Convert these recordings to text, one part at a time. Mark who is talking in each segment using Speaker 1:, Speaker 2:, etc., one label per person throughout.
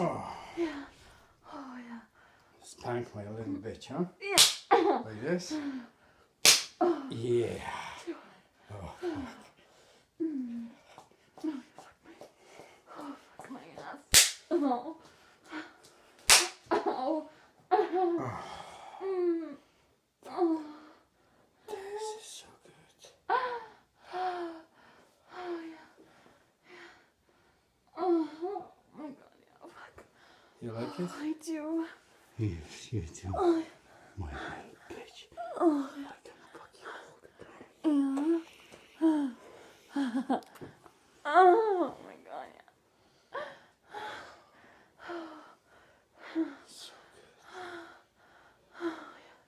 Speaker 1: Oh,
Speaker 2: Oh yeah.
Speaker 1: spank me a little bit, huh?
Speaker 2: Yeah.
Speaker 1: Like this. Yeah. Oh,
Speaker 2: Fuck my ass. Oh. Oh. Mm. Oh.
Speaker 1: this is so good.
Speaker 2: Oh yeah. Yeah. Oh, oh my god, yeah. Fuck.
Speaker 1: You like it?
Speaker 2: I do.
Speaker 1: Yes, you do.
Speaker 2: Oh,
Speaker 1: My little bitch.
Speaker 2: oh yeah. Yeah. oh my god, yeah.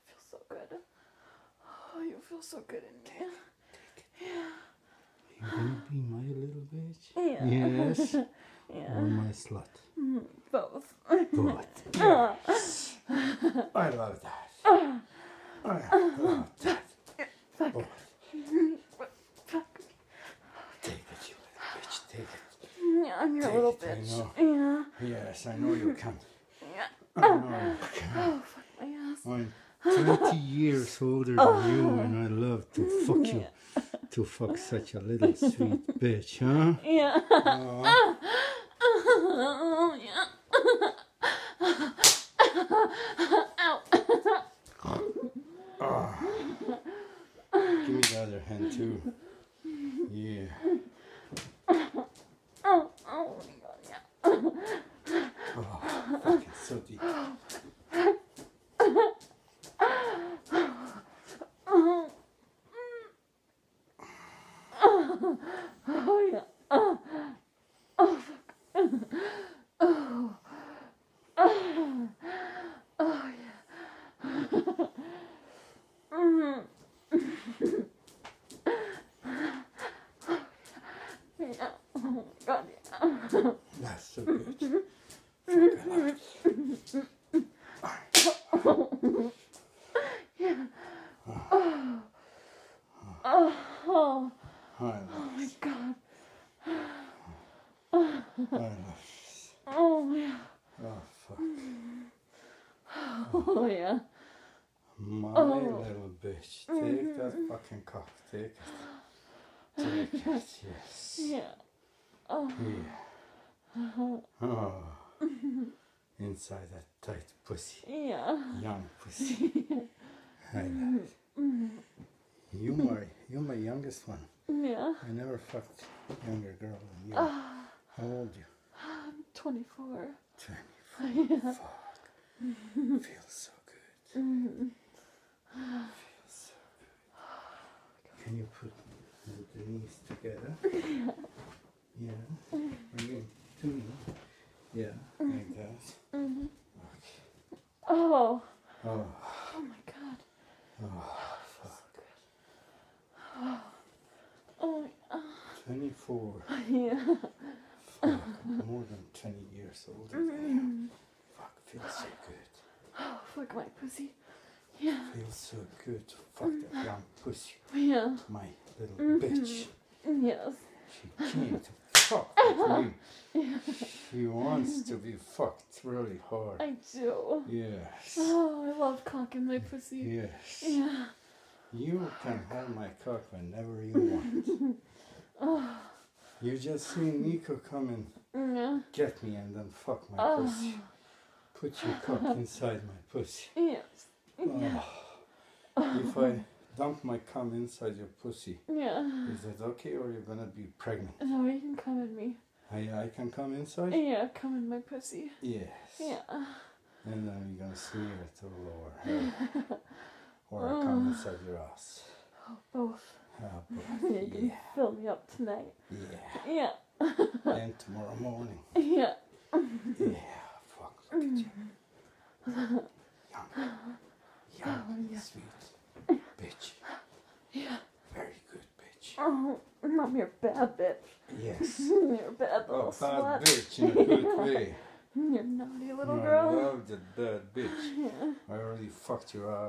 Speaker 2: feel so good. Oh, you feel so good in me.
Speaker 1: You gonna be my little bitch?
Speaker 2: Yeah.
Speaker 1: Yes. Or
Speaker 2: Yeah.
Speaker 1: my slut.
Speaker 2: Both.
Speaker 1: Good. Yes. I love that. I love that. Oh,
Speaker 2: Fuck.
Speaker 1: take it, you little bitch. Take it.
Speaker 2: Yeah, I'm your little
Speaker 1: Take it, I
Speaker 2: bitch.
Speaker 1: know.
Speaker 2: Yeah.
Speaker 1: Yes, I know you can.
Speaker 2: Yeah.
Speaker 1: I know you can.
Speaker 2: Oh, fuck my ass.
Speaker 1: I'm 20 years older than you, and I love to fuck you. To fuck such a little sweet bitch, huh?
Speaker 2: Yeah.
Speaker 1: Oh,
Speaker 2: Oh, yeah. Ow.
Speaker 1: give me the other hand, too. Yeah.
Speaker 2: Oh, oh my god, yeah.
Speaker 1: Oh, fucking so deep.
Speaker 2: Oh. Mm. Oh, yeah. Oh, oh fuck. Oh. Oh. Oh, yeah. Mm. Yeah. Oh my god, yeah.
Speaker 1: That's so good. Fuck, I love it.
Speaker 2: Oh,
Speaker 1: I love
Speaker 2: oh my god.
Speaker 1: it. I love it.
Speaker 2: Oh, yeah.
Speaker 1: Oh, fuck.
Speaker 2: Oh, yeah.
Speaker 1: My
Speaker 2: Oh. Mm-hmm.
Speaker 1: little bitch. Take that fucking cock. Take it. Take it, yes.
Speaker 2: Yeah. Oh,
Speaker 1: Yeah. Oh. Inside that tight pussy.
Speaker 2: yeah.
Speaker 1: Young pussy. I love it. You my you're my youngest one.
Speaker 2: Yeah.
Speaker 1: I never fucked a younger girl than you. How
Speaker 2: Ah.
Speaker 1: old you?
Speaker 2: I'm 24.
Speaker 1: Twenty
Speaker 2: Yeah.
Speaker 1: fuck. Feels so good. Feels so good. Can you put the knees together? Yeah. Bring it to me. Yeah. Like that. Okay.
Speaker 2: Oh, oh
Speaker 1: Oh,
Speaker 2: my god.
Speaker 1: oh fuck.
Speaker 2: Oh, my-
Speaker 1: 24.
Speaker 2: oh yeah.
Speaker 1: Fuck, more than 20 years older
Speaker 2: Mm-hmm.
Speaker 1: than you. Fuck, feels so good.
Speaker 2: Oh, fuck my pussy. Yeah.
Speaker 1: Feels so good to fuck that young pussy.
Speaker 2: Yeah.
Speaker 1: My little bitch.
Speaker 2: Yes.
Speaker 1: She came to fuck with me. She wants to be fucked really hard.
Speaker 2: I do.
Speaker 1: Yes.
Speaker 2: Oh, I love cock in my pussy.
Speaker 1: Yes.
Speaker 2: Yeah.
Speaker 1: You can have my cock whenever you want. You just see Nico come and
Speaker 2: Yeah. Mm-hmm.
Speaker 1: get me and then fuck my
Speaker 2: Oh.
Speaker 1: pussy. Put your cock inside my pussy.
Speaker 2: Yes.
Speaker 1: Oh, if I dump my cum inside your pussy,
Speaker 2: Yeah.
Speaker 1: is that okay or you're gonna be pregnant?
Speaker 2: No, you can come in me.
Speaker 1: I, I can come inside?
Speaker 2: Yeah, come in my pussy.
Speaker 1: Yes.
Speaker 2: Yeah.
Speaker 1: And then you're gonna smear it all over her. or I come inside your ass.
Speaker 2: Oh, both.
Speaker 1: Ah, boy.
Speaker 2: Yeah, you can fill me up tonight.
Speaker 1: Yeah.
Speaker 2: Yeah.
Speaker 1: And tomorrow morning.
Speaker 2: Yeah. Mm.
Speaker 1: Yeah. Fuck, look at you. Young. Young.
Speaker 2: Oh, yeah.
Speaker 1: Sweet. Bitch.
Speaker 2: Yeah.
Speaker 1: Very good bitch.
Speaker 2: Oh, mom, you're a bad bitch.
Speaker 1: Yes.
Speaker 2: You're a bad little
Speaker 1: Oh, bad
Speaker 2: slut.
Speaker 1: bitch in a good way.
Speaker 2: You're naughty little
Speaker 1: I
Speaker 2: girl.
Speaker 1: love that bad bitch. I already fucked your ass.